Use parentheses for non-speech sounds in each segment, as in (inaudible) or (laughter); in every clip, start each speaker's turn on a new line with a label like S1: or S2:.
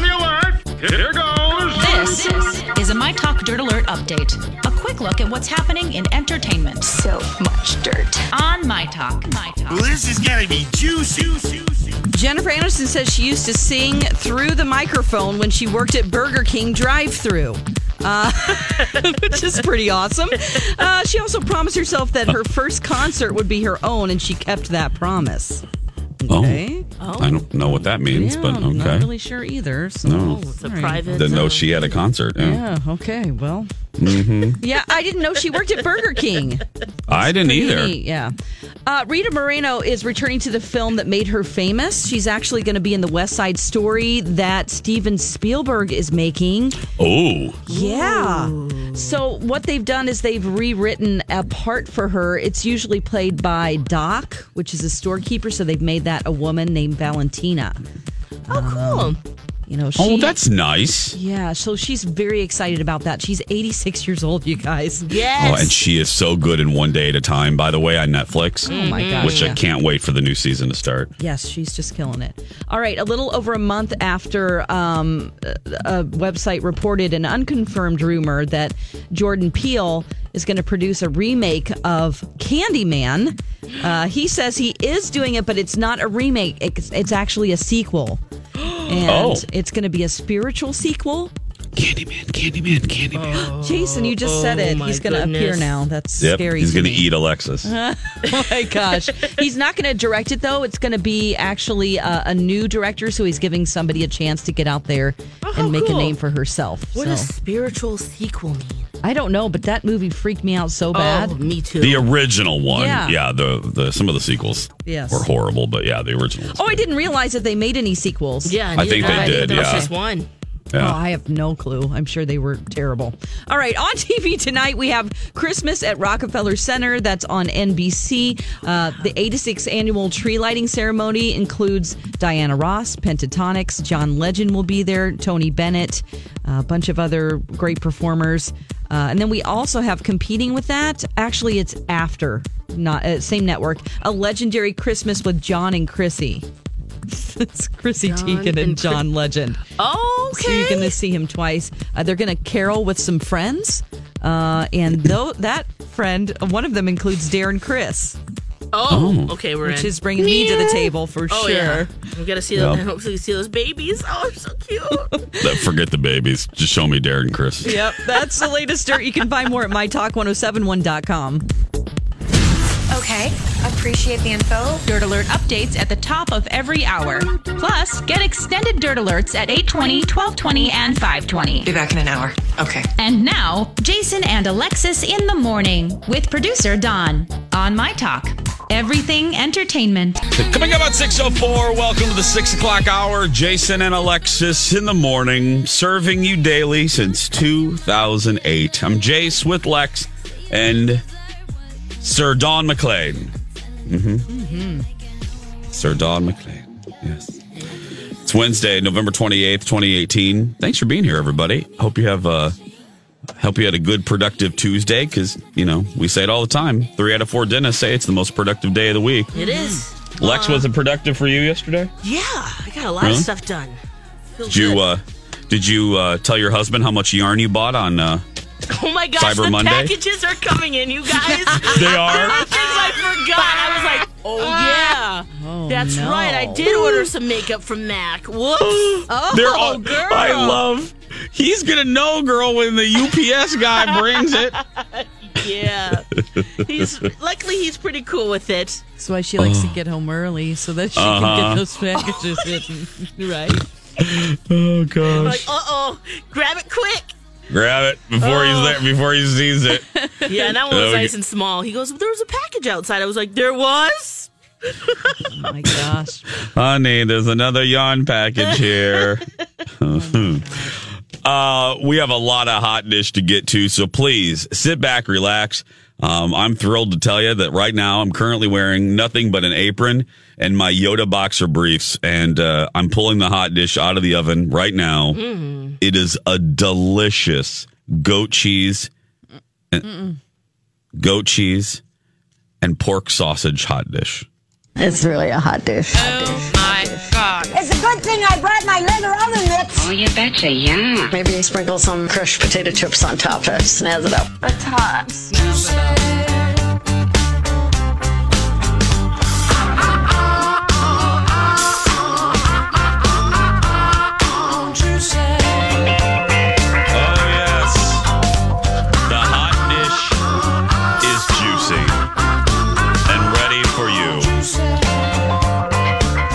S1: the alert. Here goes.
S2: This is a My Talk Dirt Alert update. A quick look at what's happening in entertainment. So much dirt. On My Talk. My Talk.
S3: This is gonna be juicy.
S4: Jennifer Anderson says she used to sing through the microphone when she worked at Burger King drive-through. Uh, (laughs) which is pretty awesome. Uh, she also promised herself that her first concert would be her own, and she kept that promise. Okay.
S5: Oh, I don't know what that means,
S4: Yeah,
S5: but
S4: I'm
S5: okay.
S4: not really sure either. So,
S5: No.
S4: it's
S6: private.
S5: Didn't know she had a concert. Yeah.
S4: Yeah. Okay. Well. (laughs)
S5: Mm-hmm.
S4: yeah, I didn't know she worked at Burger King.
S5: I didn't e- either.
S4: Neat, yeah. Uh, Rita Moreno is returning to the film that made her famous. She's actually going to be in the West Side Story that Steven Spielberg is making.
S5: Oh,
S4: Yeah. So what they've done is they've rewritten a part for her. It's usually played by Doc, which is a storekeeper. So they've made that a woman named Valentina. Um,
S6: Oh, cool.
S4: You know, she,
S5: oh, that's nice.
S4: yeah. So she's very excited about that. She's 86 years old, you guys.
S6: Yes.
S5: Oh, and she is so good in one day at a time. By the way, on Netflix.
S4: Oh my gosh.
S5: Which
S4: yeah.
S5: I can't wait for the new season to start.
S4: Yes, she's just killing it. All right, a little over a month after um, a a website reported an unconfirmed rumor that Jordan Peele is going to produce a remake of Candyman. Uh, he says he is doing it, but it's not a remake. It's, it's actually a
S6: (gasps)
S4: sequel, and
S5: Oh.
S4: it's going to be a spiritual sequel.
S5: Candyman, Candyman,
S4: Oh,
S5: Candyman.
S4: Jason, you just said
S6: oh
S4: it.
S6: my
S4: He's going to appear
S6: goodness.
S4: now. That's
S5: yep,
S4: scary.
S5: he's
S4: to
S5: going to
S4: me.
S5: eat Alexis.
S4: (laughs) Oh my gosh. he's not going to direct it though. It's going to be actually uh, a, a new director, so he's giving somebody a chance to get out there
S6: how
S4: and make
S6: Oh, cool.
S4: a name for herself.
S6: what
S4: so
S6: does spiritual sequel mean?
S4: I don't know, but that movie freaked me out so bad.
S6: Oh, me too.
S5: the original one.
S4: Yeah.
S5: the, the some of the sequels
S4: Yes.
S5: were horrible, but yeah, the original. was
S4: Oh, I
S5: good.
S4: didn't realize that they made any sequels.
S6: yeah,
S5: I think
S6: neither-
S5: they
S6: I
S5: did,
S6: there was
S5: yeah.
S6: just one.
S5: Yeah.
S4: Oh, I have no clue. I'm sure they were terrible. All right, on (laughs) TV tonight we have Christmas at Rockefeller Center. That's on NBC. Uh, the 86th annual tree lighting ceremony includes Diana Ross, Pentatonix, John Legend will be there, Tony Bennett, a bunch of other great performers, uh, and then we also have competing with that. Actually, it's after, not uh, same network. A legendary Christmas with John and Chrissy. (laughs) it's Chrissy Teigen and
S6: and Chris-
S4: John Legend.
S6: Okay.
S4: So you're going to see him twice. Uh, they're going to carol with some friends. Uh, and though that friend, one of them includes Darren Chris,
S6: oh, okay, we're
S4: which
S6: in.
S4: is bringing me to the table for
S6: oh,
S4: sure.
S6: yeah. We gotta see.
S5: Yeah.
S6: Those, hopefully, see those babies. Oh, they're so cute.
S5: That- Forget the babies. Just show me Darren Chris.
S4: Yep, that's the latest dirt. You can find more at mytalk1071.com.
S7: Okay, appreciate the info.
S2: Dirt Alert updates at the top of every hour. Plus, get extended Dirt Alerts at 820, 1220, and 520.
S7: Be back in an hour. Okay.
S2: And now, Jason and Alexis in the morning with producer Don on My Talk. Everything entertainment.
S5: Coming up at 6.04, welcome to the 6 o'clock hour. Jason and Alexis in the morning, serving you daily since 2008. I'm Jace with Lex and Sir Don McLean. Mm-hmm. Sir Don McLean, yes. It's Wednesday, November 28th, 2018. Thanks for being here, everybody. Hope you have a... Hope you had a good, productive Tuesday because, you know, we say it all the time. Three out of four dentists say it's the most productive day of the week.
S6: it is.
S5: Lex, was it productive for you yesterday?
S6: Yeah, I got a lot
S5: Really?
S6: of stuff done. Feels
S5: Did you
S6: good.
S5: uh, did you uh, tell your husband how much yarn you bought on? Uh,
S6: Oh my gosh,
S5: Cyber
S6: the
S5: Monday?
S6: packages are coming in, you
S5: (laughs)
S6: guys.
S5: they
S6: There
S4: (laughs)
S6: were
S5: are.
S6: things I forgot. I was like, oh yeah. That's
S4: no.
S6: right. I did order some makeup from Mac. Whoops.
S5: (gasps)
S4: Oh,
S5: They're all.
S4: girl.
S5: I love. He's gonna know, girl, when the UPS guy brings it.
S6: Yeah. He's luckily he's pretty cool with it.
S4: That's why she likes to get home early so that she can get those packages (laughs) in. Right?
S5: (laughs) Oh
S6: Like,
S5: gosh!
S6: uh oh, grab it quick.
S5: Grab it before
S4: Oh.
S5: he's there. Before he sees it.
S6: Yeah, and that one was
S5: Okay.
S6: nice and small. He goes, There was a package outside. I was like, There was?
S4: Oh my gosh.
S5: Honey, there's another yarn package here. uh, we have a lot of hot dish to get to, so please sit back, relax. Um, I'm thrilled to tell you that right now I'm currently wearing nothing but an apron and my Yoda boxer briefs, and uh, I'm pulling the hot dish out of the oven right now. It is a delicious goat cheese, goat cheese, and pork sausage hot dish.
S8: It's really a hot dish.
S6: Oh my god.
S8: It's a good thing I brought my leather oven mitts.
S9: Oh, you betcha, yeah.
S8: Maybe you sprinkle some crushed potato chips on top to snazz it up.
S9: The tops.
S5: Oh yes, the hot dish is juicy and ready for you.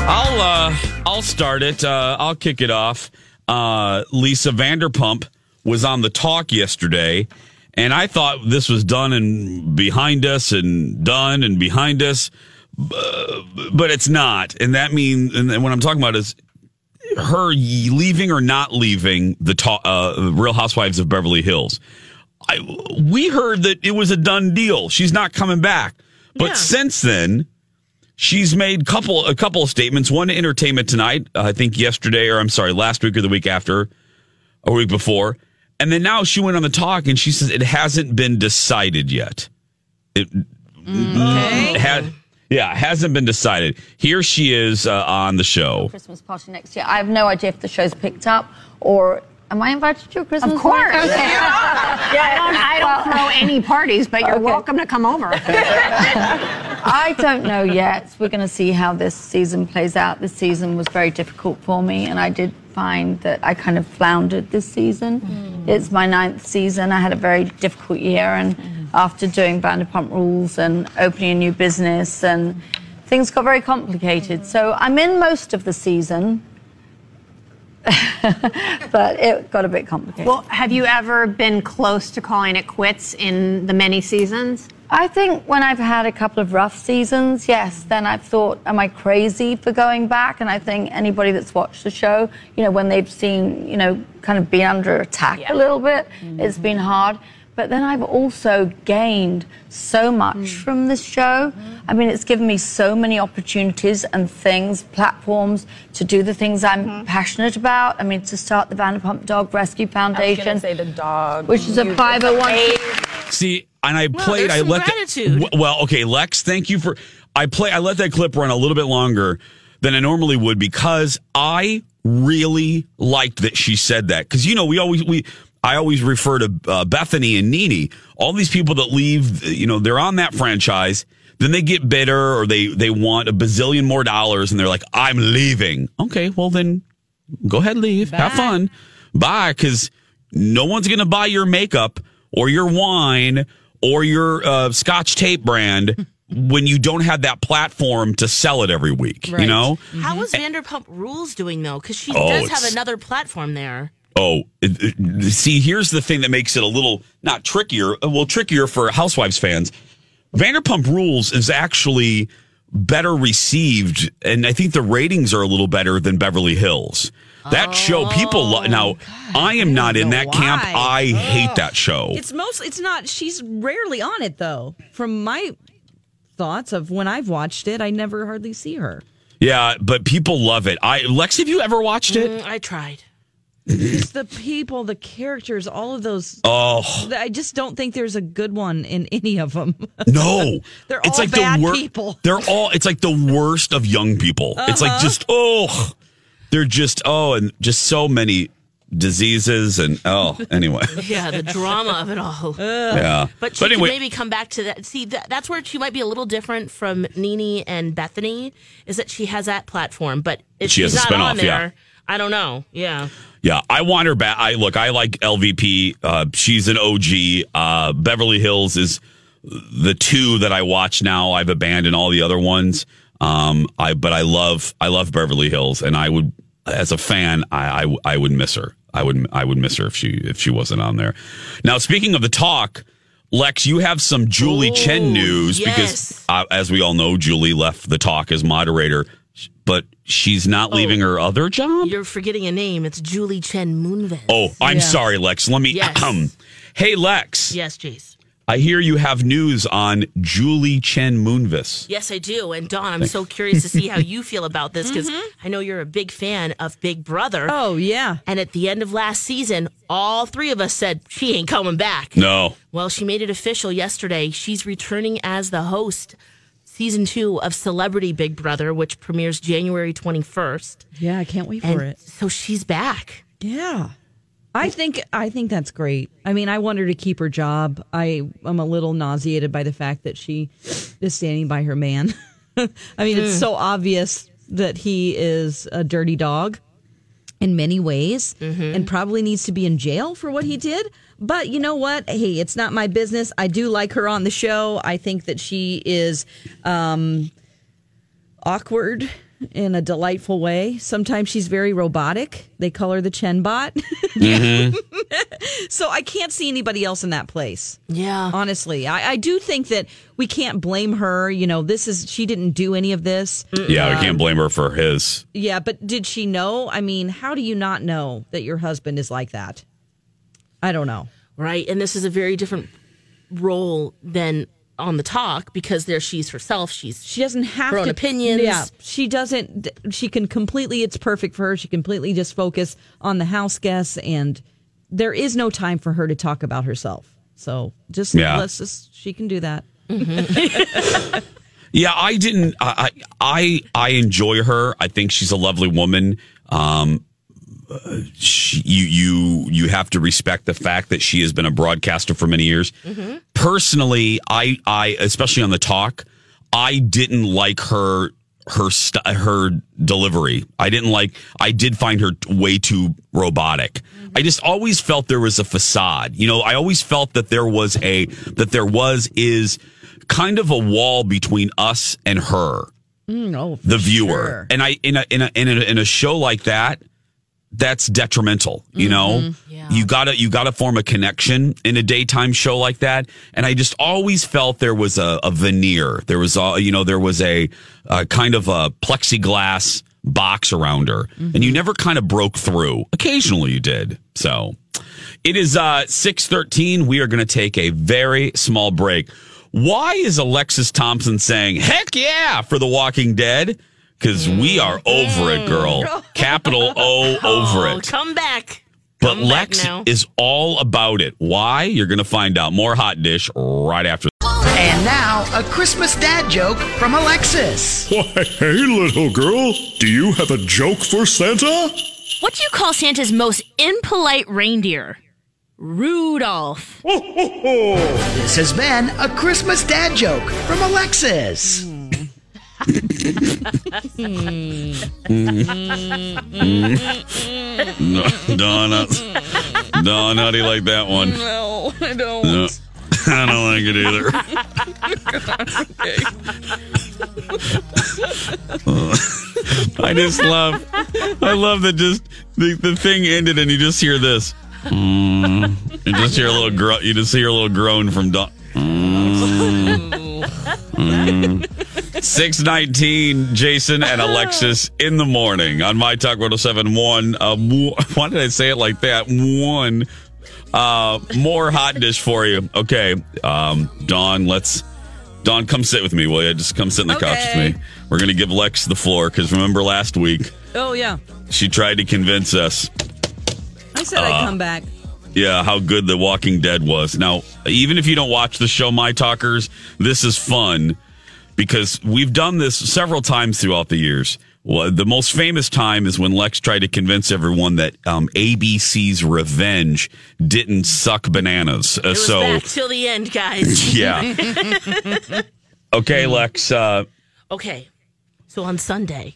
S5: I'll uh, I'll start it. Uh, I'll kick it off. Uh, Lisa Vanderpump was on the talk yesterday, and I thought this was done and behind us, and done and behind us, bu- but it's not. And that means, and what I'm talking about is her ye- leaving or not leaving the ta- uh, Real Housewives of Beverly Hills. I, we heard that it was a done deal. She's not coming back. But
S6: Yeah.
S5: since then, she's made couple a couple of statements. One to Entertainment Tonight, uh, I think yesterday, or I'm sorry, last week or the week after, or week before. And then now she went on the talk and she says it hasn't been decided yet. It, it Mm, ha- yeah, it hasn't been decided. Here she is uh, on the show.
S10: Oh, Christmas party next year. I have no idea if the show's picked up or am I invited to your Christmas?
S9: Of course.
S10: party? Okay.
S9: I don't, I don't throw any parties, but you're
S10: Okay.
S9: welcome to come over.
S10: I don't know yet. We're going to see how this season plays out. This season was very difficult for me, and I did find that I kind of floundered this season. It's my ninth season. I had a very difficult year, and after doing Vanderpump Rules and opening a new business, and things got very complicated. So I'm in most of the season. but it got a bit complicated.
S9: well, have you ever been close to calling it quits in the many seasons?
S10: I think when I've had a couple of rough seasons, yes, then I've thought, am I crazy for going back? And I think anybody that's watched the show, you know, when they've seen, you know, kind of been under attack a little bit, it's been hard. But then I've also gained so much from this show. I mean, it's given me so many opportunities and things, platforms to do the things I'm
S9: Mm-hmm.
S10: passionate about. I mean, to start the Vanderpump Dog Rescue Foundation,
S11: say the dog,
S10: which is a
S11: you-
S10: 501c.
S5: See, and I
S10: Well,
S5: played.
S10: there's
S5: I
S10: some
S5: let the-
S10: gratitude.
S5: w- well, okay, Lex. Thank you for. I play. I let that clip run a little bit longer than I normally would because I really liked that she said that. Because you know, we always we. I always refer to uh, Bethany and Nene. All these people that leave, you know, they're on that franchise. Then they get bitter or they they want a bazillion more dollars, and they're like, "I'm leaving." Okay, well then, go ahead, leave. Have fun. Bye, because no one's going to buy your makeup or your wine or your uh, scotch tape brand when you don't have that platform to sell it every week. You know?
S6: How is Vanderpump Rules doing though? Because she
S5: Mm-hmm. Oh,
S6: does have
S5: it's-
S6: another platform there.
S5: Oh, it- it- see, here's the thing that makes it a little not trickier, uh, well, trickier for Housewives fans. Vanderpump Rules is actually better received, and I think the ratings are a little better than Beverly Hills. That show, people
S4: Oh,
S5: lo- now. I am not in that camp.
S4: why.
S5: I hate that show.
S4: It's mostly it's not. She's rarely on it though. From my thoughts of when I've watched it, I never hardly see her.
S5: yeah, but people love it. I Lex, have you ever watched it?
S4: I tried. it's the people, the characters, all of those.
S5: Oh.
S4: I just don't think there's a good one in any of them.
S5: No,
S4: (laughs) They're all bad
S5: wor-
S4: people.
S5: They're all. It's like the worst of young people. It's like
S4: Uh-huh.
S5: just oh, they're just oh, and just so many diseases and oh.
S4: (laughs)
S5: Anyway,
S6: Yeah, the drama of it all.
S5: Yeah.
S6: But she
S5: But anyway-
S6: can maybe come back to that. See, that, that's where she might be a little different from Nene and Bethany, is that she has that platform. But if
S5: She has
S6: she's
S5: a
S6: not on
S5: spinoff, yeah.
S6: there, I don't know. Yeah.
S5: yeah, I want her back. I look. I like LVP. Uh, she's an OG. Uh, Beverly Hills is the two that I watch now. I've abandoned all the other ones. Um, I but I love I love Beverly Hills, and I would as a fan I I, I would miss her. I would I would miss her if she if she wasn't on there. Now speaking of the talk, Lex, you have some Julie Chen news
S6: yes.
S5: because uh, as we all know, Julie left the talk as moderator. She- but she's not leaving her other job.
S6: You're forgetting a name. It's Julie Chen Moonves.
S5: Oh, I'm
S6: Yeah.
S5: sorry, Lex. Let me.
S6: Yes.
S5: ahem. (clears throat) Hey, Lex.
S6: Yes, Jace.
S5: I hear you have news on Julie Chen Moonves.
S6: Yes, I do. And Dawn, I'm so curious to
S5: (laughs)
S6: see how you feel about this because I know you're a big fan of Big Brother.
S4: Oh, yeah.
S6: And at the end of last season, all three of us said she ain't coming back.
S5: No.
S6: Well, she made it official yesterday. She's returning as the host season 2 of Celebrity Big Brother, which premieres January 21st.
S4: Yeah, I can't wait for
S6: And
S4: it.
S6: So she's back.
S4: Yeah. I think I think that's great. I mean, I want her to keep her job. I am a little nauseated by the fact that she is standing by her man. (laughs) I mean, it's
S11: Hmm.
S4: so obvious that he is a dirty dog in many ways and probably needs to be in jail for what he did. But you know what? Hey, it's not my business. I do like her on the show. I think that she is um, awkward in a delightful way. Sometimes she's very robotic. They call her the Chen (laughs) bot. so I can't see anybody else in that place.
S6: Yeah.
S4: Honestly, I, I do think that we can't blame her. You know, this is, she didn't do any of this.
S5: Yeah, I
S4: Um,
S5: can't blame her for his.
S4: Yeah, but did she know? I mean, how do you not know that your husband is like that? I don't know.
S6: Right. And this is a very different role than on the talk because there she's herself. She's
S4: She doesn't have
S6: her own
S4: to,
S6: opinions.
S4: Yeah, she doesn't. She can completely. It's perfect for her. She completely just focus on the house guests, and there is no time for her to talk about herself. So just
S5: Yeah.
S4: let's just. She can do that.
S5: Yeah, I didn't. I I I I enjoy her. I think she's a lovely woman. Um, uh, she, you you you have to respect the fact that she has been a broadcaster for many years. Personally, I I especially on the talk, I didn't like her her st- her delivery. I didn't like. I did find her way too robotic. I just always felt there was a facade. You know, I always felt that there was a that there was is kind of a wall between us and her
S4: Mm, oh, for
S5: the viewer
S4: sure.
S5: and i in a, in a in a in a show like that that's detrimental you know
S4: Mhm.
S5: you gotta you gotta form a connection in a daytime show like that and i just always felt there was a, a veneer there was a you know there was a, a kind of a plexiglass box around her and you
S4: Mm-hmm.
S5: never kind of broke through occasionally you did so it is uh 613 we are gonna take a very small break why is alexis thompson saying heck yeah for the walking dead because we
S6: Mm-hmm.
S5: are over
S6: (laughs)
S5: it girl capital o over
S6: Oh,
S5: it
S6: come back.
S5: but
S6: Come back
S5: Lex
S6: now.
S5: is all about it. Why? You're going to find out. More hot dish right after.
S12: And now, a Christmas dad joke from Alexis.
S13: Why, hey, little girl, do you have a joke for Santa?
S14: What do you call Santa's most impolite reindeer? Rudolph.
S12: This has been a Christmas dad joke from Alexis.
S5: Donna, Donna, how do you like that one?
S4: No, I don't.
S5: No, I don't like it
S4: (laughs)
S5: either. I just love, I love that just the, the thing ended and you just hear this. Mm. You just hear a little groan. You just hear a little groan from Don. mm. Six nineteen, Jason and Alexis in the morning on my talk one oh seven one. Uh, mo- (laughs) why did I say it like that? One uh, more hot dish for you. Okay, um, Don, let's. Don, come sit with me, will you? Just come sit in the couch
S4: Okay.
S5: with me. We're gonna give Lex the floor because remember last week
S4: Oh yeah,
S5: she tried to convince us
S4: I said
S5: Uh,
S4: I'd come back.
S5: yeah, how good The Walking Dead was. Now, even if you don't watch the show My Talkers, this is fun because we've done this several times throughout the years. Well, the most famous time is when Lex tried to convince everyone that um, ABC's Revenge didn't suck bananas. Uh,
S6: It was
S5: so,
S6: back till the end,
S5: (clears throat)
S6: guys. (laughs)
S5: (laughs) Yeah. okay, Lex. Uh,
S6: okay. So on Sunday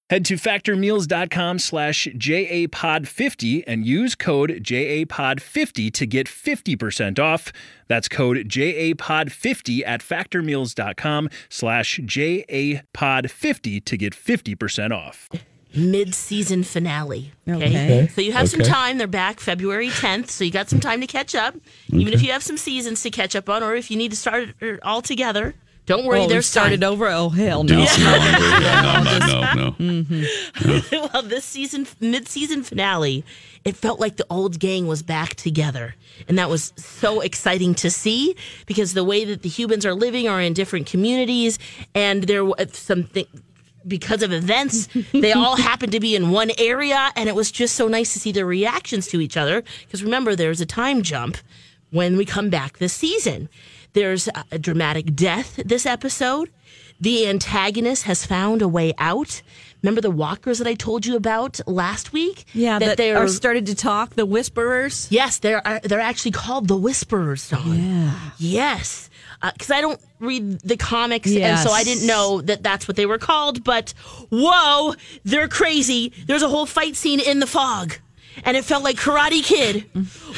S15: Head to factormeals.com slash JAPOD50 and use code JAPOD50 to get 50% off. That's code JAPOD50 at factormeals.com slash JAPOD50 to get 50% off.
S6: mid-season finale. Okay.
S15: Okay.
S6: So you have some
S15: Okay.
S6: time. They're back February 10th, so you got some time to catch up. Even if you have some seasons to catch up on, or if you need to start it all together, don't worry.
S4: Oh, we
S6: there's
S4: started
S6: time.
S4: over. Oh hell
S5: Do
S4: no!
S5: some laundry. Yeah, no, no, no, no.
S6: (laughs) well, this season mid-season finale, it felt like the old gang was back together, and that was so exciting to see because the way that the humans are living are in different communities, and there were something because of events they all happened to be in one area, and it was just so nice to see their reactions to each other. Because remember, there's a time jump when we come back this season. There's a- a dramatic death this episode. The antagonist has found a way out. Remember the walkers that I told you about last week?
S4: (laughs) Yeah, that
S6: they
S4: are started to talk. The whisperers.
S6: Yes, they're uh, they're actually called the whisperers. Dawn. Yeah. Yes, because I don't read the comics, and so I
S4: Yes.
S6: didn't know that that's what they were called. But whoa, they're crazy. There's a whole fight scene in the fog. And it felt like Karate Kid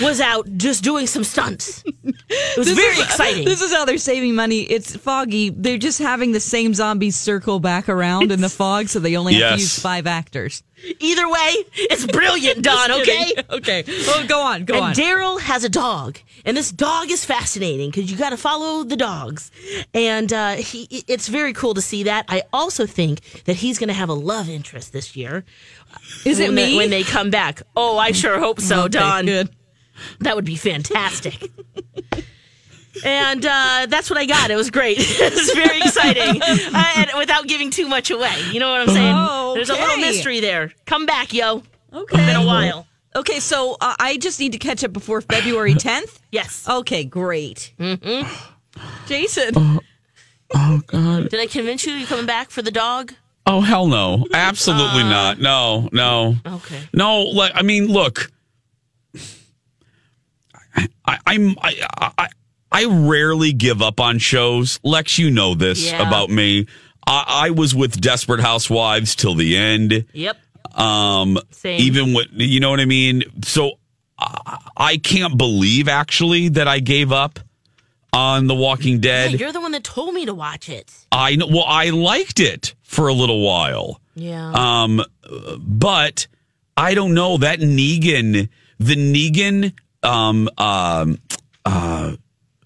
S6: was out just doing some stunts. It was very exciting.
S4: (laughs) This is how they're saving money. It's foggy. They're just having the same zombies circle back around in the fog, so they only have
S5: Yes.
S4: to use five actors.
S6: Either way, it's brilliant,
S4: (laughs)
S6: Don,
S4: Just
S6: okay?
S4: kidding. Okay. Well, Oh, go on. Go
S6: and
S4: on.
S6: Daryl has a dog, and this dog is fascinating because you got to follow the dogs, and uh, he, it's very cool to see that. I also think that he's going to have a love interest this year.
S4: Is it
S6: when they-
S4: me? (laughs)
S6: when they come back? Oh, I sure hope so,
S4: Okay,
S6: Don. That would be fantastic. and uh, that's what I got. It was great. (laughs) it was very
S4: (laughs)
S6: exciting, uh, and without giving too much away. You know what I'm saying?
S4: Oh,
S6: There's a little
S4: okay.
S6: mystery there. Come back, yo.
S4: Okay.
S6: It's been a while.
S4: Okay, so uh, I just need to catch up before
S5: (laughs)
S4: February 10th?
S6: yes.
S4: Okay, great. Mm-hmm.
S5: (gasps)
S4: Jason.
S5: Oh, God.
S6: Did I convince you you're coming back for the dog?
S5: Oh hell no! Absolutely
S6: Uh,
S5: not. No, no.
S6: Okay.
S5: No, like I mean, look. I, I'm I, I I rarely give up on shows. Lex, you know this
S6: Yeah.
S5: about me. I, I was with Desperate Housewives till the end.
S6: Yep.
S5: Um,
S6: Same.
S5: even what you know what I mean. So I, I can't believe actually that I gave up on The Walking
S6: Yeah,
S5: Dead.
S6: you're the one that told me to watch it.
S5: I know. Well, I liked it for a little while.
S6: Yeah.
S5: Um, but I don't know that Negan, the Negan, um, um, uh,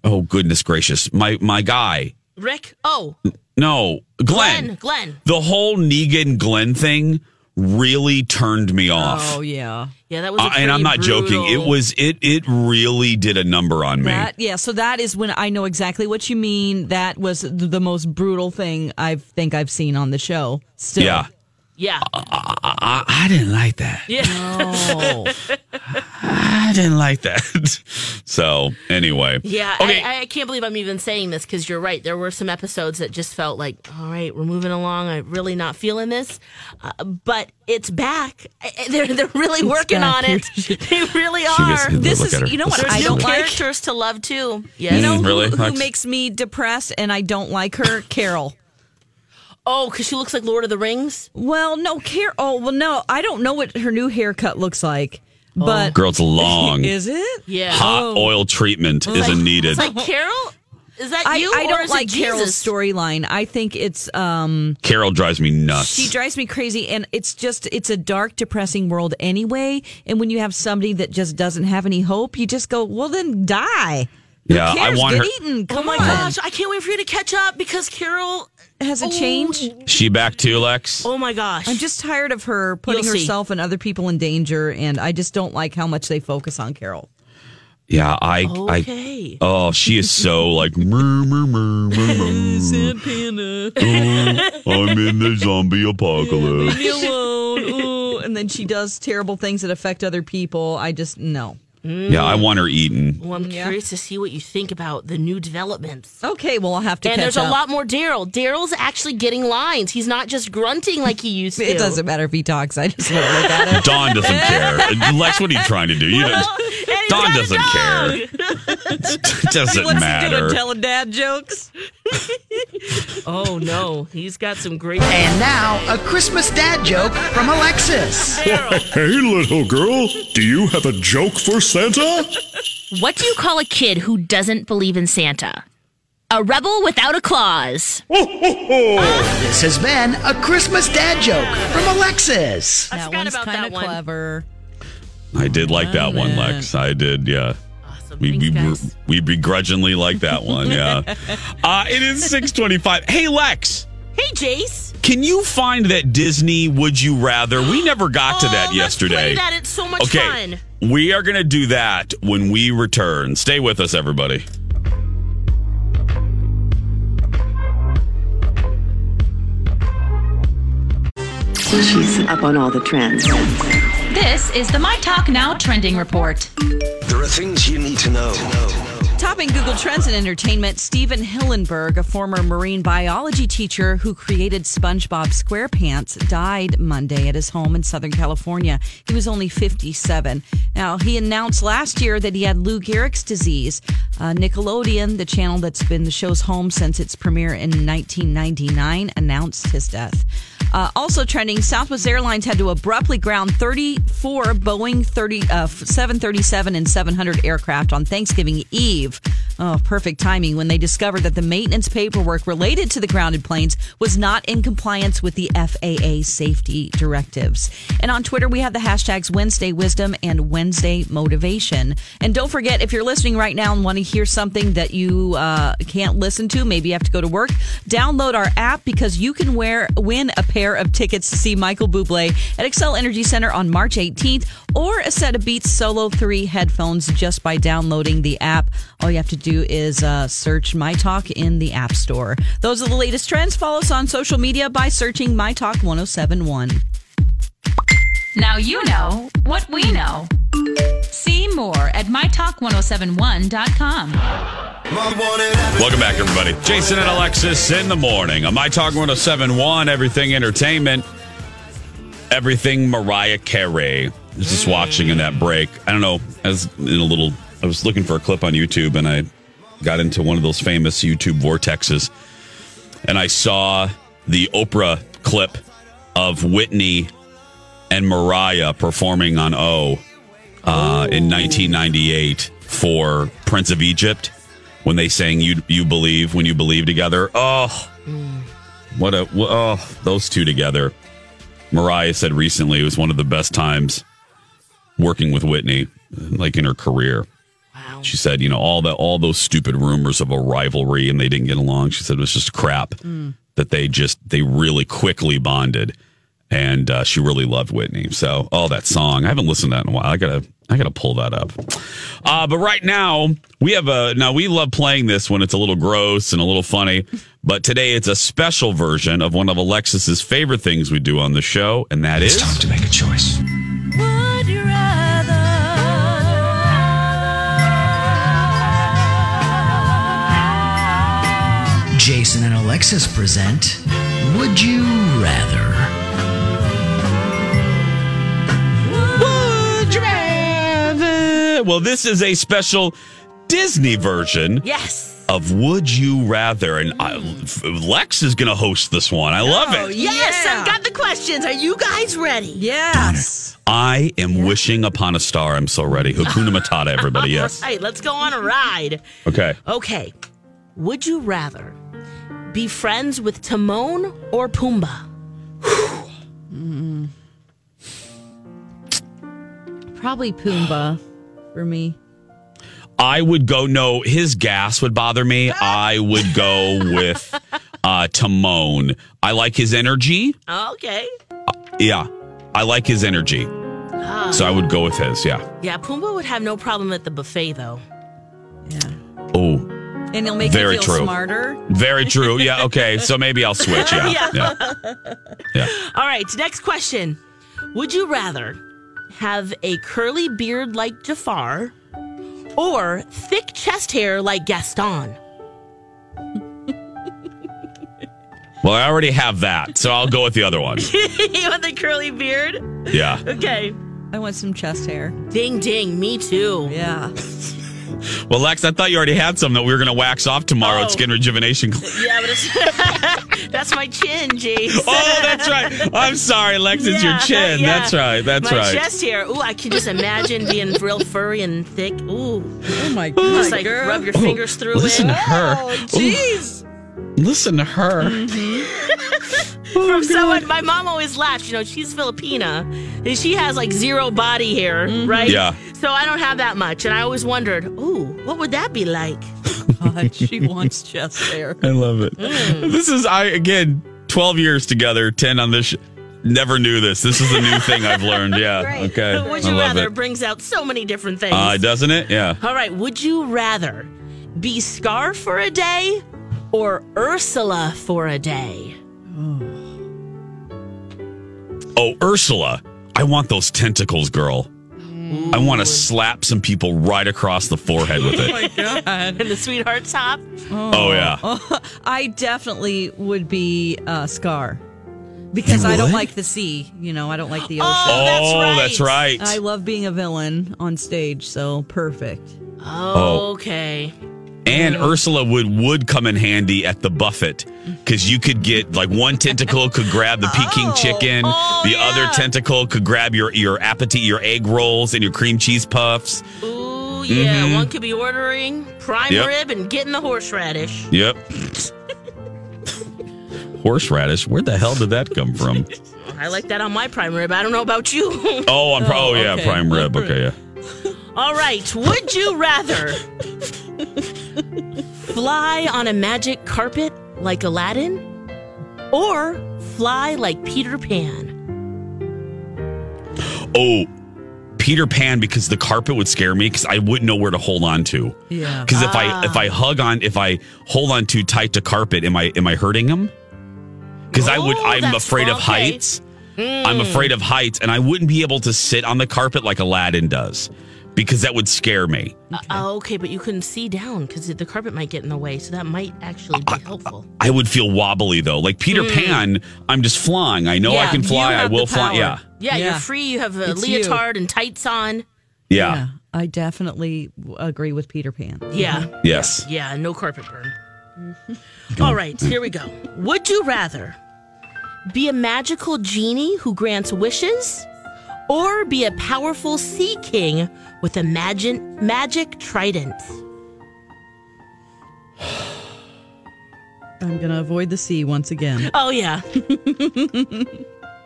S5: oh goodness gracious, my my guy,
S6: Rick? Oh,
S5: no, Glenn,
S6: Glenn. Glenn.
S5: the whole Negan Glenn thing really turned me off.
S4: Oh, yeah.
S6: Yeah, that
S5: Uh, and I'm not joking. It was it it really did a number on me.
S4: That, yeah, so that is when I know exactly what you mean. That was th- the most brutal thing I think I've seen on the show. Still.
S5: Yeah.
S6: Yeah.
S5: Uh, I, I I didn't like that.
S6: (laughs) Yeah.
S5: I didn't like that. (laughs) so anyway,
S6: Yeah, I, I can't believe I'm even saying this because you're right. There were some episodes that just felt like, all right, we're moving along. I'm really not feeling this, uh, but it's back. I- I- They're they're really
S4: It's
S6: working
S4: back. (laughs)
S6: on it. they really
S5: She gets-
S6: are.
S5: look This at is- her.
S4: you know what
S6: There's
S4: I
S6: new
S4: don't like?
S6: characters to love too. Yes.
S4: You know who,
S5: really?
S4: who
S5: That's-
S4: makes me depressed and I don't like
S5: (laughs)
S4: her? Carol.
S6: Oh, because she looks like Lord of the Rings.
S4: Well, no, Carol. Oh, well, no, I don't know what her new haircut looks like, but
S5: Oh, Girl, it's
S4: (laughs)
S5: long.
S4: is it?
S6: Yeah.
S5: hot oil treatment
S4: It's
S5: isn't
S4: like-
S5: needed.
S6: It's like Carol. Is that
S4: I,
S6: you?
S4: I
S6: or
S4: don't
S6: is it
S4: like Carol's
S6: Jesus?
S4: storyline. I think it's um
S5: Carol drives me nuts.
S4: she drives me crazy and it's just it's a dark depressing world anyway and when you have somebody that just doesn't have any hope you just go well then die. Who
S5: Yeah, Uh, I
S4: cares?
S5: want
S4: Get
S5: her-
S4: eaten. Come
S6: Oh my
S4: on.
S6: gosh, I can't wait for you to catch up because Carol
S4: Has it
S6: Oh,
S4: changed?
S5: She back to Lex.
S6: Oh my gosh.
S4: I'm just tired of her putting
S6: You'll see.
S4: herself and other people in danger and I just don't like how much they focus on Carol.
S5: Yeah, I,
S6: Okay.
S5: I. Oh, she is so like. (laughs) "Mer, mer, mer, mer, mer.
S4: Panda.
S5: Oh, I'm in the zombie apocalypse.
S4: alone. Ooh. And then she does terrible things that affect other people. I just no.
S5: Yeah, I want her eaten.
S6: Well, I'm curious to see what you think about the new developments.
S4: Okay, well, I'll have to
S6: And
S4: catch
S6: there's
S4: up.
S6: a lot more Daryl. Daryl's actually getting lines. He's not just grunting like he used to.
S4: It doesn't matter if he talks. I just want to look at it.
S5: Dawn doesn't care. Lex, what are you trying to do? You don't, Dawn doesn't care.
S4: (laughs)
S5: It doesn't
S6: What's he doing,
S5: matter.
S6: telling
S4: dad jokes.
S6: oh no, he's got some great.
S12: And now, a Christmas dad joke from Alexis.
S13: Hey, little girl, do you have a joke for Santa?
S14: What do you call a kid who doesn't believe in Santa? A rebel without a clause.
S12: This has been a Christmas dad joke from Alexis.
S4: That one's kind of clever.
S5: I did like that one, Lex. I did, yeah. We, we, were, we begrudgingly like that one, yeah.
S6: (laughs)
S5: uh, it is 625. Hey, Lex,
S6: Hey, Jace.
S5: can you find that Disney Would You Rather? We never got to that yesterday.
S6: Oh, Play that. It's so much
S5: okay,
S6: fun.
S5: we are going to do that when we return. Stay with us, everybody.
S11: She's up on all the trends.
S2: This is the My Talk Now trending report.
S16: There are things you need to know.
S4: Topping Google Trends in entertainment, Steven Hillenberg, a former marine biology teacher who created SpongeBob SquarePants, died Monday at his home in Southern California. He was only 57. Now, he announced last year that he had Lou Gehrig's disease. Uh, Nickelodeon, the channel that's been the show's home since its premiere in 1999, announced his death. Uh, also trending, Southwest Airlines had to abruptly ground 34 Boeing 30, uh, f- 737 and 700 aircraft on Thanksgiving Eve. Oh, perfect timing when they discovered that the maintenance paperwork related to the grounded planes was not in compliance with the FAA safety directives. And on Twitter, we have the hashtags Wednesday Wisdom and Wednesday Motivation. And don't forget, if you're listening right now and want to hear something that you uh, can't listen to, maybe you have to go to work, download our app because you can wear win a pair of tickets to see Michael Bublé at Excel Energy Center on March 18th or a set of Beats Solo 3 headphones just by downloading the app. All you have to do is uh, search My Talk in the App Store. Those are the latest trends. Follow us on social media by searching My Talk 1071.
S2: Now you know what we know. See more at mytalk1071.com.
S5: Welcome back, everybody. Jason and Alexis in the morning on My Talk 1071, Everything Entertainment, Everything Mariah Carey. I was just watching in that break. I don't know, as in a little, I was looking for a clip on YouTube and I got into one of those famous YouTube vortexes and I saw the Oprah clip of Whitney and Mariah performing on O uh, in 1998 for Prince of Egypt when they sang "You You Believe" when you believe together. Oh, what a wh- oh those two together. Mariah said recently it was one of the best times working with Whitney, like in her career. Wow. She said, you know, all the all those stupid rumors of a rivalry and they didn't get along. She said it was just crap that they just they really quickly bonded and uh, she really loved whitney so oh that song i haven't listened to that in a while i gotta i gotta pull that up uh, but right now we have a now we love playing this when it's a little gross and a little funny but today it's a special version of one of alexis's favorite things we do on the show and that is it's time to make a choice
S12: Jason and Alexis present Would You Rather?
S5: Would you rather? Well, this is a special Disney version.
S6: Yes.
S5: Of Would You Rather. And I, Lex is going to host this one. I love it.
S6: Yes, I've got the questions. Are you guys ready?
S4: Yes.
S5: I am wishing upon a star. I'm so ready. Hakuna Matata, everybody. Yes.
S6: All (laughs) right, let's go on a ride.
S5: Okay.
S6: Okay. Would you rather be friends with Timon or Pumbaa?
S4: Probably Pumbaa for me.
S5: I would go, no, his gas would bother me. I would go with uh, Timon. I like his energy.
S6: Okay.
S5: Yeah. I like his energy. So I would go with his. Yeah.
S6: Yeah, Pumbaa would have no problem at the buffet, though.
S5: Oh,
S4: And he'll make
S5: Very
S4: you feel
S5: true.
S4: smarter.
S5: Very true. Yeah. Okay. So maybe I'll switch. Yeah. Yeah.
S6: All right, next question. Would you rather have a curly beard like Jafar or thick chest hair like Gaston? (laughs)
S5: Well, I already have that, so I'll go with the other one.
S6: you want the curly beard?
S5: Yeah.
S6: Okay.
S4: I want some chest hair.
S6: Ding ding, me too.
S4: Yeah.
S5: Well, Lex, I thought you already had some that we were going to wax off tomorrow
S6: Oh.
S5: at Skin Rejuvenation. Clinic.
S6: (laughs) Yeah, but it's, (laughs) that's my chin, Jace.
S5: Oh, that's right. I'm sorry, Lex. It's your
S6: Yeah,
S5: chin.
S6: yeah.
S5: That's right. That's
S6: my
S5: right.
S6: chest hair. Ooh, I can just imagine being real furry and thick. Ooh. Oh
S4: my
S6: god. Just like rub your fingers Oh, through
S5: Listen
S6: it.
S5: to her.
S6: jeez.
S5: Listen to her.
S6: From someone, my mom always laughs. You know, she's Filipina, and she has like zero body hair, right?
S5: Yeah.
S6: So I don't have that much, and I always wondered, ooh, what would that be like?
S5: (laughs)
S4: God, she wants chest hair.
S5: I love it. This is I again. Twelve years together, ten on this. Sh- never knew this. This is a new thing I've learned. Yeah. Okay.
S6: (laughs) Would
S5: I
S6: you
S5: love
S6: rather?
S5: It.
S6: Brings out so many different things.
S5: Uh, doesn't it? Yeah.
S6: All right. Would you rather be Scar for a day or Ursula for a day?
S5: Oh, Ursula. I want those tentacles, girl. I want to slap some people right across the forehead with it.
S4: god. And
S6: the sweetheart top.
S4: Oh,
S5: Oh, yeah.
S4: I definitely would be uh, Scar. Because
S5: You
S4: I don't
S5: would?
S4: like the sea, you know. I don't like the ocean.
S5: Oh, that's right.
S4: I love being a villain on stage, so perfect.
S5: Oh.
S6: Okay.
S5: And Ursula would would come in handy at the buffet because you could get like one tentacle could grab the Peking chicken, the other tentacle could grab your your appetite, your egg rolls and your cream cheese puffs.
S6: Ooh, yeah.
S5: Mhm.
S6: One could be ordering prime
S5: Yep.
S6: rib and getting the horseradish.
S5: Yep. Horseradish. Where the hell did that come from?
S6: I like that on my prime rib. I don't know about you. (laughs)
S5: Oh, on pro- oh, yeah,
S6: okay.
S5: prime rib. Okay, yeah.
S6: All right. Would you rather fly on a magic carpet like Aladdin or fly like Peter Pan?
S5: Oh, Peter Pan because the carpet would scare me because I wouldn't know where to hold on to.
S4: Yeah.
S5: Because if I if
S6: Ah.
S5: I hug on if I hold on too tight to carpet, am I am I hurting him? Because I would
S6: Oh,
S5: I'm
S6: that's
S5: afraid of
S6: okay. Hmm.
S5: heights. I'm afraid of heights, and I wouldn't be able to sit on the carpet like Aladdin does because that would scare me.
S6: Okay, Uh, okay but you couldn't see down because the carpet might get in the way. So that might actually be helpful.
S5: I would feel wobbly though. Like Peter
S6: Mm.
S5: Pan, I'm just flying. I know I
S6: Yeah,
S5: can
S6: you
S5: fly. I
S6: have the
S5: will fly.
S6: power.
S5: Yeah.
S6: Yeah,
S4: Yeah.
S6: you're free. You have a
S4: It's you.
S6: leotard and tights on.
S5: yeah,
S4: I definitely w- agree with Peter Pan.
S6: Yeah.
S5: Yes.
S6: Yeah, no carpet burn. All right, here we go. Would you rather be a magical genie who grants wishes or be a powerful sea king with a magic magic trident?
S4: I'm gonna avoid the sea once again.
S6: Oh yeah.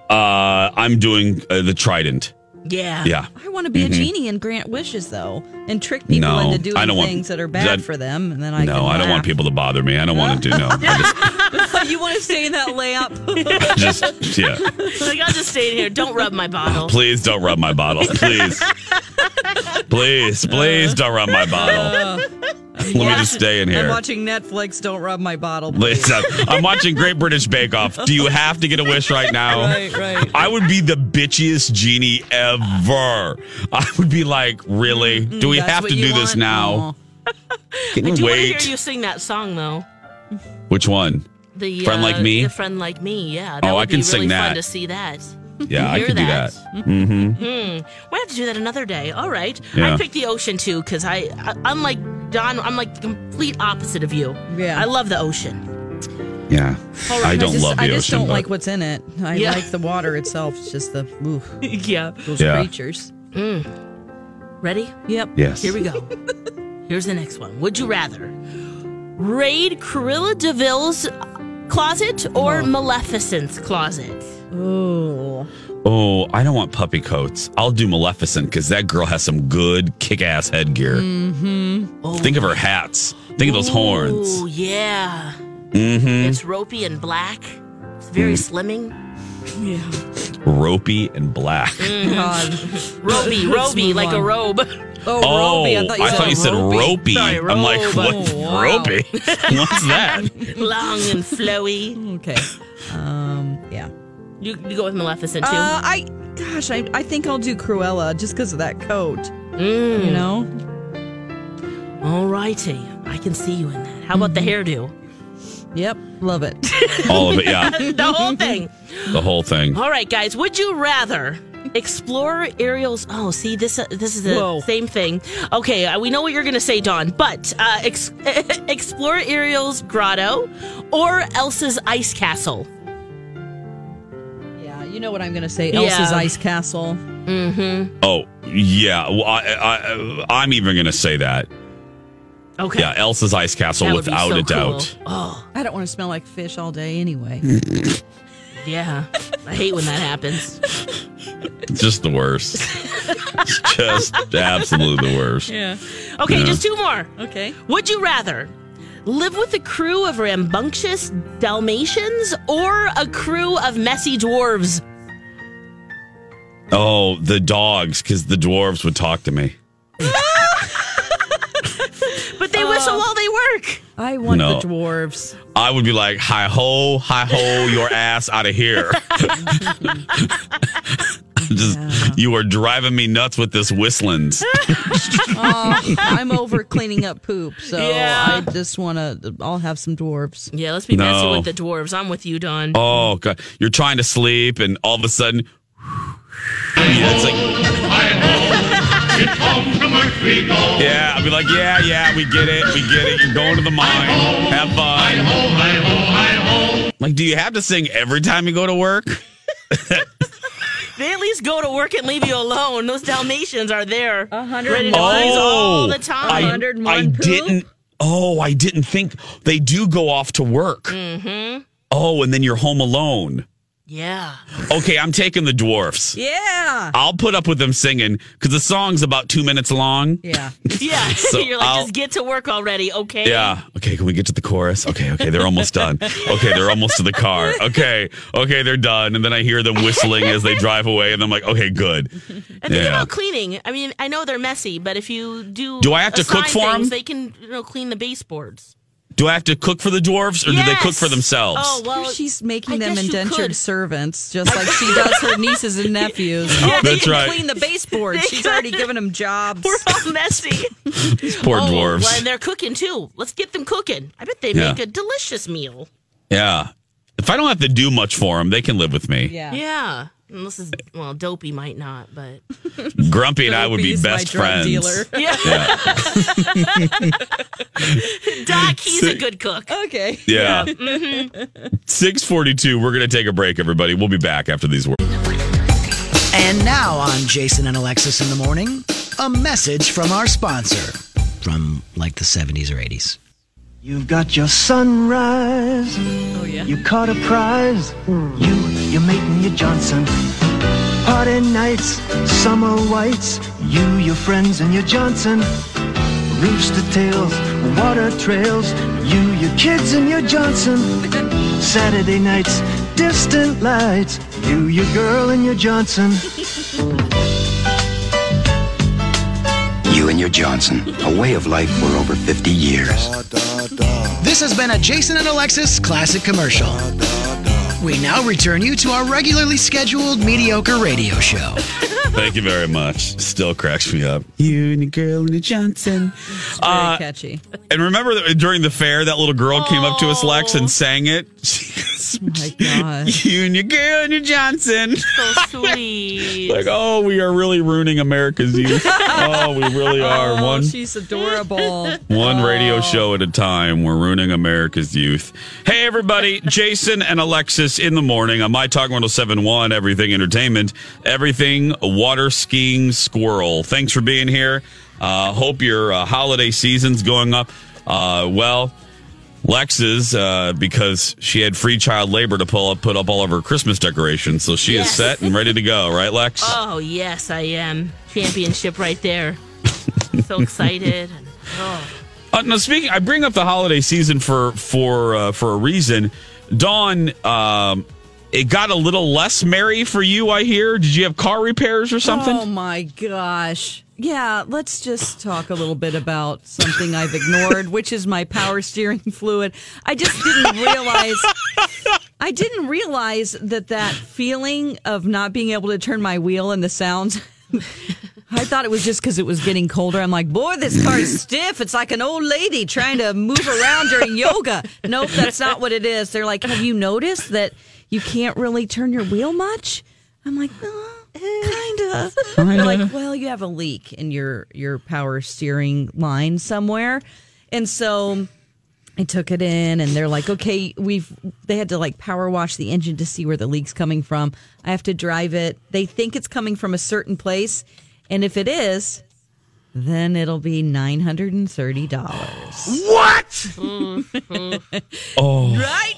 S5: Uh, I'm doing uh, the trident.
S6: Yeah.
S5: Yeah.
S4: I want to be
S5: Mhm.
S4: a genie and grant wishes though, and trick people
S5: No,
S4: into doing
S5: I don't want-
S4: things that are bad
S5: that-
S4: for them, and then I
S5: no,
S4: can
S5: I don't want people to bother me. I don't want to do no.
S4: people. (laughs) you want to stay in that layup?
S5: I just yeah.
S6: (laughs) like I'll just stay in here. Don't rub my bottle.
S5: Please don't rub my bottle. Please. please, please don't rub my bottle.
S4: Uh,
S5: Let me just stay in
S4: I'm
S5: here.
S4: watching Netflix. Don't rub my bottle.
S5: Please, I'm, I'm watching Great British Bake Off. Do you have to get a wish right now?
S4: Right, right.
S5: I would be the bitchiest genie ever. I would be like, really? Do we
S6: That's
S5: have
S6: what
S5: to do
S6: you
S5: this
S6: want?
S5: now? Can
S6: I
S5: you
S6: do want to
S5: wait?
S6: hear you sing that song though.
S5: Which one?
S6: The
S5: Friend Like
S6: uh,
S5: Me?
S6: The friend like me. Yeah. That
S5: Oh, I
S6: would be
S5: can sing
S6: really
S5: that.
S6: Fun to see that.
S5: Yeah, I
S6: Hear
S5: could do that. Mm-hmm.
S6: Hmm. We have to do that another day. All right.
S5: Yeah.
S6: I picked the ocean too because I, I, I'm like Don. I'm like the complete opposite of you. Yeah. I love the ocean.
S5: Yeah.
S6: All
S5: I
S6: right,
S5: don't
S4: just,
S5: love the
S4: I just
S5: ocean.
S4: don't
S5: but
S4: like what's in it. I
S6: Yeah.
S4: like the water itself. It's just the oof,
S6: (laughs) yeah.
S4: those
S5: Yeah.
S4: creatures.
S6: Ready? Yep.
S5: Yes.
S6: Here we
S5: (laughs)
S6: go. Here's the next one. Would you rather raid Corilla Deville's closet or Maleficent's closet?
S4: Ooh.
S5: oh, I don't want puppy coats. I'll do Maleficent because that girl has some good kick ass headgear.
S6: Mm-hmm. Oh.
S5: Think of her hats. Think of those horns.
S6: Ooh, yeah.
S5: Mm-hmm. Mm.
S6: It's ropey and black. It's very slimming. Yeah.
S5: Ropey
S4: (laughs)
S5: and black.
S4: God. (laughs)
S6: Roby,
S4: Let's
S6: Roby,
S4: move
S6: like a
S4: on.
S6: robe. (laughs)
S4: Oh,
S5: Oh,
S4: Roby. I thought you said,
S5: ropey.
S6: Sorry,
S5: I'm like,
S6: robe.
S5: what?
S6: Oh, wow.
S5: Ropey? (laughs) What's that?
S4: (laughs)
S6: Long and flowy.
S4: Okay. Um, yeah. (laughs)
S6: You, you go with Maleficent too.
S4: Uh, I gosh, I, I think I'll do Cruella just because of that coat. You know?
S6: Alrighty. I can see you in that. How about the hairdo?
S4: Yep. Love (laughs) it.
S5: All of it,
S6: (laughs)
S5: yeah.
S6: the (laughs) whole thing.
S5: The whole thing.
S6: All right, guys. Would you rather explore Ariel's? Oh, see this. Uh, this is the
S5: Whoa.
S6: same thing. Okay, uh, we know what you're gonna say, Dawn. But uh, ex- (laughs) explore Ariel's grotto or Elsa's ice castle.
S4: Yeah, you know what I'm going to say.
S6: Yeah.
S4: Elsa's Ice Castle.
S6: Mm-hmm.
S5: Oh, yeah. Well, I, I, I'm even going to say that.
S6: Okay.
S5: Yeah, Elsa's Ice Castle,
S4: That would be
S5: without
S4: so
S5: a doubt.
S4: cool. I don't want to smell like fish all day anyway.
S5: (laughs)
S6: (laughs) Yeah. I hate when that happens.
S5: It's just
S4: (laughs)
S5: the worst. It's just absolutely the worst.
S6: Yeah. Okay,
S5: Yeah.
S6: just two more.
S4: Okay.
S6: Would you rather live with a crew of rambunctious Dalmatians or a crew of messy dwarves?
S5: Oh, the dogs, because the dwarves would talk to me.
S6: But they whistle while they work.
S4: I want
S5: No.
S4: the
S5: (laughs)
S4: dwarves.
S5: I would be like, hi ho, hi ho, your ass out of here. (laughs) just, you are driving me nuts with this whistlings.
S4: Oh, I'm over cleaning up poop, (laughs) so
S6: Yeah.
S4: I just want to. I'll have some dwarves.
S6: Yeah, let's be
S5: No.
S6: messy with the dwarves. I'm with you, Don.
S5: Oh, God. You're trying to sleep, and all of a sudden, yeah, it's like, yeah, I'd be like, yeah, yeah, we get it, we get it. You're going to the mine. Have fun. Like, do you have to sing every time you go to work?
S6: They at least go to work and leave you alone. Those Dalmatians are there, ready to
S5: Oh,
S6: blaze all the time.
S5: I, I didn't. Oh, I didn't think they do go off to work.
S6: Mm-hmm.
S5: Oh, and then you're home alone. (laughs)
S6: Yeah.
S5: Okay, I'm taking the dwarfs.
S4: Yeah.
S5: I'll put up with them singing because the song's about two minutes long.
S4: Yeah.
S6: Yeah. (laughs)
S5: So
S6: You're like,
S5: I'll-
S6: just get to work already, okay?
S5: Yeah. Okay. Can we get to the chorus? Okay. Okay. They're almost done. Okay. They're almost to the car. Okay. Okay. They're done. And then I hear them whistling as they drive away, and I'm like, okay, good.
S6: And think about cleaning. I mean, I know they're messy, but if you do,
S5: Do I have to cook
S6: assign
S5: for 'em?
S6: things, They can, you know, clean the baseboards.
S5: Do I have to cook for the dwarfs, or do they cook
S6: Yes.
S5: for themselves?
S6: Oh well,
S4: She's making them
S6: guess you
S4: indentured
S6: could.
S4: servants, just like she does her nieces and nephews.
S5: Yeah,
S4: they
S5: That's
S4: can
S5: right.
S4: clean the baseboards. She's already given them jobs.
S6: We're all
S4: (laughs)
S6: messy.
S5: Poor
S6: oh,
S5: dwarfs.
S6: Well, and they're cooking too. Let's get them cooking. I bet they
S5: Yeah.
S6: make a delicious meal.
S5: Yeah. If I don't have to do much for them, they can live with me.
S6: Yeah. Yeah. Unless it's well, dopey might not, but
S4: (laughs)
S5: Grumpy and I would be
S6: Dopey's my
S5: best
S6: drug
S5: friends.
S6: dealer. Yeah. (laughs) Doc, he's a good cook.
S5: (laughs)
S4: Okay.
S5: (laughs) Yeah.
S6: Mhm.
S5: 642. We're going to take a break, everybody. We'll be back after these words.
S12: And now on Jason and Alexis in the morning, a message from our sponsor.
S17: From like the 70s or 80s.
S16: You've got your sunrise.
S4: Oh yeah.
S16: You caught a prize. You, you're making your Johnson. Party nights, summer whites. You, your friends, and your Johnson. Rooster tails, water trails. You, your kids, and your Johnson. Saturday nights, distant lights. You, your girl, and your Johnson.
S18: You and your Johnson, a way of life for over 50 years.
S12: This has been a Jason and Alexis classic commercial. We now return you to our regularly scheduled mediocre radio show.
S5: Thank you very much. Still cracks me up. You and your girl and your Johnson. It's
S4: very catchy.
S5: And remember that during the fair, that little girl came up to us, Lex, and sang it? (laughs)
S4: my God.
S5: You and your girl and your Johnson. (laughs)
S6: So
S4: Oh,
S6: sweet.
S5: like, oh, we are really ruining America's
S6: (laughs)
S5: youth. oh, we really are. One.
S4: Oh, she's
S6: (laughs)
S4: adorable.
S5: One radio show at a time. We're ruining America's youth. Hey, everybody. Jason and Alexis in the morning on My Talk 1071, Everything Entertainment, Everything Water Skiing Squirrel. Thanks for being here. Uh, hope your uh, holiday season's going up uh, well. Lex's, uh, because she had free child labor to pull up, put up all of her Christmas decorations. So she
S6: Yes.
S5: is set and ready to go, right, Lex?
S6: Oh yes, I am championship right there. so excited. And, oh.
S5: Uh, now speaking, I bring up the holiday season for for uh, for a reason. Dawn, um, it got a little less merry for you. I hear. Did you have car repairs or something?
S4: Oh my gosh. Yeah, let's just talk a little bit about something (laughs) I've ignored, which is my power steering fluid. I just didn't realize I didn't realize that that feeling of not being able to turn my wheel and the sounds. I thought it was just because it was getting colder. I'm like, boy, this car is stiff. It's like an old lady trying to move around during yoga. Nope, that's not what it is. They're like, have you noticed that you can't really turn your wheel much? I'm like, kind of. They're like, well, you have a leak in your your power steering line somewhere, and so I took it in, and they're like, okay, we've they had to like power wash the engine to see where the leak's coming from. I have to drive it. They think it's coming from a certain place, and if it is. Then it'll be nine hundred and thirty dollars.
S5: What? (laughs) oh.
S4: Right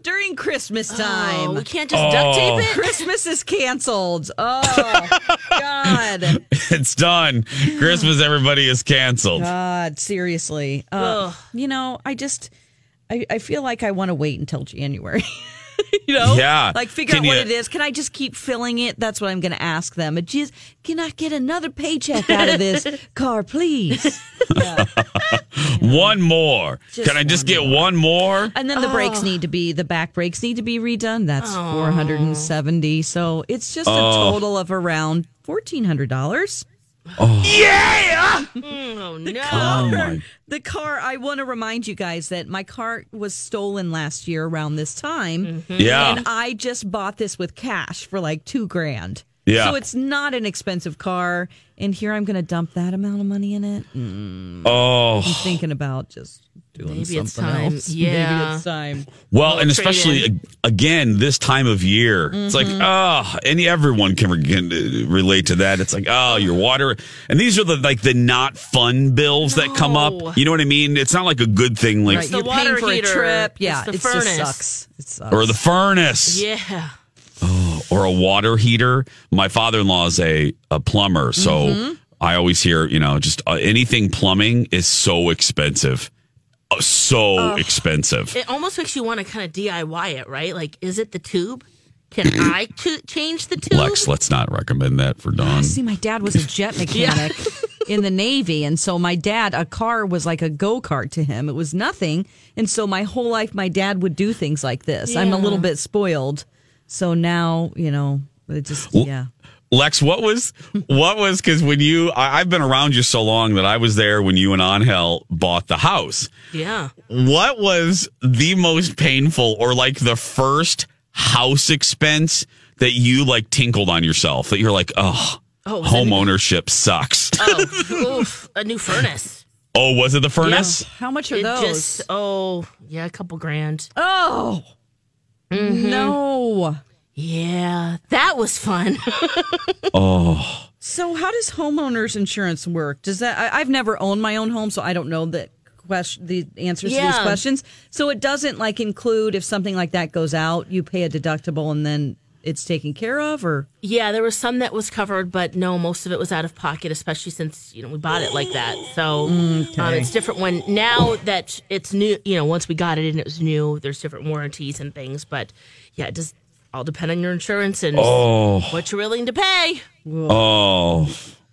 S4: during Christmas (laughs) time.
S6: Oh, we can't just duct tape it?
S4: Christmas is canceled. Oh, (laughs) God.
S5: it's done. Christmas, everybody is canceled.
S4: God, seriously. Uh, you know, I just, I, I feel like I want to wait until January. (laughs) you know?
S5: Yeah.
S4: Like, figure
S5: Can
S4: out what
S5: you-
S4: it is. Can I just keep filling it? That's what I'm going to ask them. It just, can I get another paycheck out of this car, please?
S5: One more.
S4: Just
S5: Can I just
S4: one
S5: get one more?
S4: And then the brakes need to be the back brakes need to be redone. That's four hundred and seventy. So it's just
S5: Oh.
S4: a total of around fourteen hundred dollars.
S6: Yeah! oh,
S4: Oh (laughs)
S6: no.
S5: my
S4: The car. I want to remind you guys that my car was stolen last year around this time.
S5: Yeah.
S4: and I just bought this with cash for like two grand.
S5: Yeah.
S4: so it's not an expensive car. And here I'm going to dump that amount of money in it. Mm.
S5: Oh.
S4: I'm thinking about just doing
S6: Maybe
S4: something
S6: it's time.
S4: else. (laughs)
S6: Yeah.
S4: maybe it's time.
S5: Well,
S6: trade
S5: and especially ag- again this time of year, it's like oh, and everyone can, re- can, uh, relate to that. It's like oh, your water, and these are the like the not fun bills that come
S6: No.
S5: up. You know what I mean? It's not like a good thing, like
S4: right,
S6: the
S4: you're paying
S6: water
S4: for
S6: heater.
S4: a trip. Yeah,
S6: It's the
S4: it
S6: furnace.
S4: just sucks. It sucks.
S5: or the furnace
S6: Yeah.
S5: or a water heater. My father in law is a a plumber, so I always hear you know just uh, anything plumbing is so expensive, Uh, so expensive.
S6: It almost makes you want to kind of DIY it, right? Like, is it the tube? Can I t- change the tube?
S5: Lex, let's not recommend that for Dawn.
S4: Ah, Oh, See, my dad was a (laughs) jet mechanic in the Navy. And so my dad, a car was like a go kart to him. It was nothing. And so my whole life, my dad would do things like this. I'm a little bit spoiled. So now, you know, it just, yeah.
S5: Lex, what was what was because when you I, I've been around you so long that I was there when you and Angel bought the house.
S6: Yeah.
S5: What was the most painful or like the first house expense that you like tinkled on yourself that you're like, oh,
S6: Oh, was
S5: home ownership sucks.
S6: Oh, oof, a new furnace.
S5: oh, was it the furnace?
S4: How much are
S6: It
S4: those?
S6: just, oh, yeah, a couple grand.
S4: oh, Mm-hmm. no.
S6: Yeah, that was fun. (laughs)
S5: Oh,
S4: So, how does homeowners insurance work? Does that I, I've never owned my own home, so I don't know the question, the answers to these
S6: Yeah.
S4: questions. So, it doesn't like include if something like that goes out, you pay a deductible and then it's taken care of, or
S6: yeah, there was some that was covered, but no, most of it was out of pocket, especially since, you know, we bought it like that. So
S5: Mm,
S6: um, it's different when now that it's new, you know, once we got it and it was new, there's different warranties and things. But yeah, it does all depend on your insurance and
S5: Oh.
S6: what you're willing to pay.
S5: oh,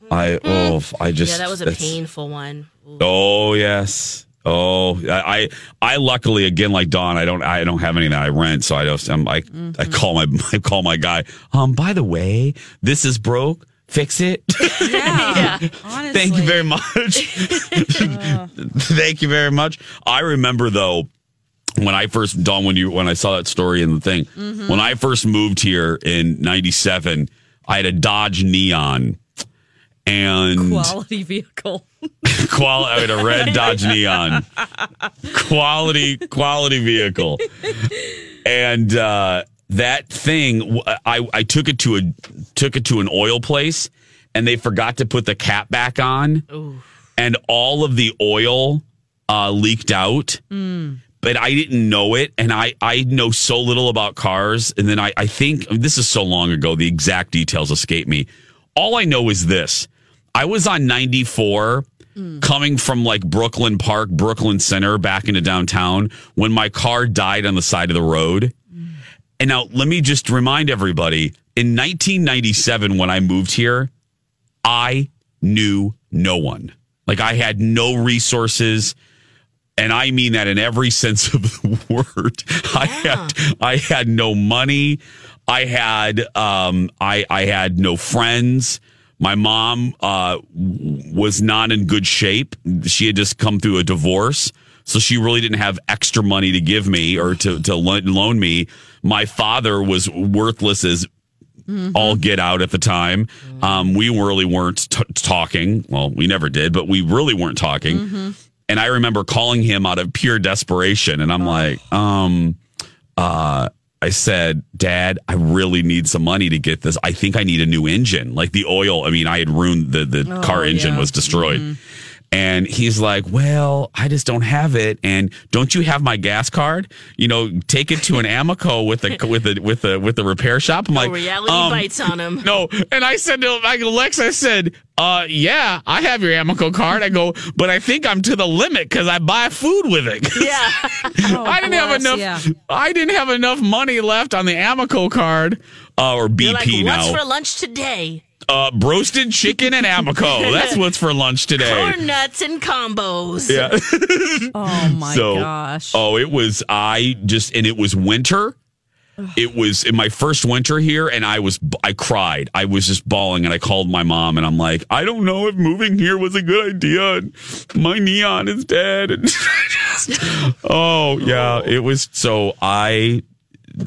S5: I oh I
S6: Mm-hmm.
S5: just
S6: yeah, that was a
S5: that's-
S6: painful one.
S5: Oh yes. Oh, I, I, I luckily again like Don, I don't, I don't have any that I rent, so I don't. I'm, I, I call my, (laughs) I call my guy. Um, by the way, this is broke. Fix it. (laughs)
S4: yeah, honestly,
S5: Thank you very much. (laughs) Thank you very much. I remember though when I first Don, when you when I saw that story in the thing, when I first moved here in '97, I had a Dodge Neon, and
S4: (laughs) quality vehicle.
S5: quality with a red Dodge Neon. Quality, quality vehicle. And uh, that thing, w- I, I took it to a took it to an oil place, and they forgot to put the cap back on, and all of the oil uh, leaked out. But I didn't know it, and I, I know so little about cars. And then I, I think this is so long ago, the exact details escape me. All I know is this I was on 94 coming from like Brooklyn Park, Brooklyn Center back into downtown when my car died on the side of the road. And now let me just remind everybody in 1997, when I moved here, I knew no one. Like I had no resources. and I mean that in every (laughs) sense of the word. I had I had no money. I had um I I had no friends. My mom uh w- was not in good shape. She had just come through a divorce. So she really didn't have extra money to give me or to to lo- loan me. My father was worthless as all get out at the time. Um, we really weren't t- talking. Well, we never did, but we really weren't talking. And I remember calling him out of pure desperation, and I'm
S19: Oh.
S5: like, um, uh, I said, Dad, I really need some money to get this. I think I need a new engine. Like the oil. I mean, I had ruined the the
S19: Oh,
S5: car engine
S19: yeah. Mm-hmm.
S5: was destroyed. And he's like, Well, I just don't have it. And don't you have my gas card? You know, take it to an Amoco with a (laughs) with a with a with a repair shop. I'm like,
S6: reality
S5: um,
S6: bites on
S5: (laughs)
S6: him.
S5: No, and I said to like Lex, I said, uh, yeah, I have your Amoco card. I go, but I think I'm to the limit because I buy food with it.
S6: Yeah.
S5: I didn't have enough. I didn't have enough money left on the Amoco card uh, or BP
S6: You're like, what's
S5: now.
S6: for lunch today?
S5: uh, broasted chicken
S6: (laughs)
S5: and Amoco. That's what's for lunch today.
S6: Corn nuts and combos.
S5: Yeah.
S6: oh
S5: so, Oh, it was I just and it was winter. It was in my first winter here, and I was I cried. I was just bawling, and I called my mom, and I'm like, I don't know if moving here was a good idea. And my neon is dead. (laughs) And oh yeah, it was. So I,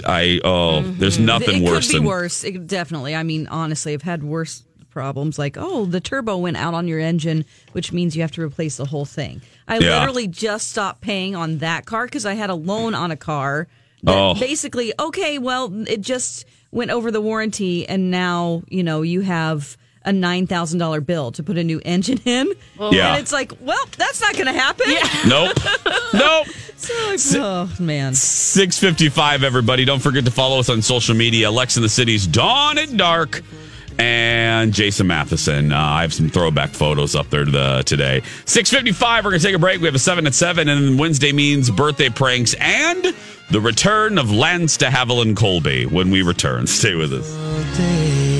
S5: I oh, there's nothing
S4: Mm-hmm. it
S5: worse
S4: could be
S5: than
S4: worse. It, definitely. I mean, honestly, I've had worse problems. Like, oh, the turbo went out on your engine, which means you have to replace the whole thing. I
S5: Yeah.
S4: literally just stopped paying on that car because I had a loan on a car. That
S5: Oh.
S4: Basically, okay, well, it just went over the warranty, and now you know you have a nine thousand dollar bill to put a new engine in.
S5: Yeah.
S4: And it's like, well, that's not going to happen.
S5: nope, nope.
S4: So, (laughs) like, oh man.
S5: 655, everybody. Don't forget to follow us on social media. Lex in the City's Dawn and Dark. And Jason Matheson. Uh, I have some throwback photos up there to the, today. 655, we're going to take a break. We have a 7 at 7, and then Wednesday means birthday pranks and the return of Lance to Haviland Colby when we return. (laughs) Stay with us.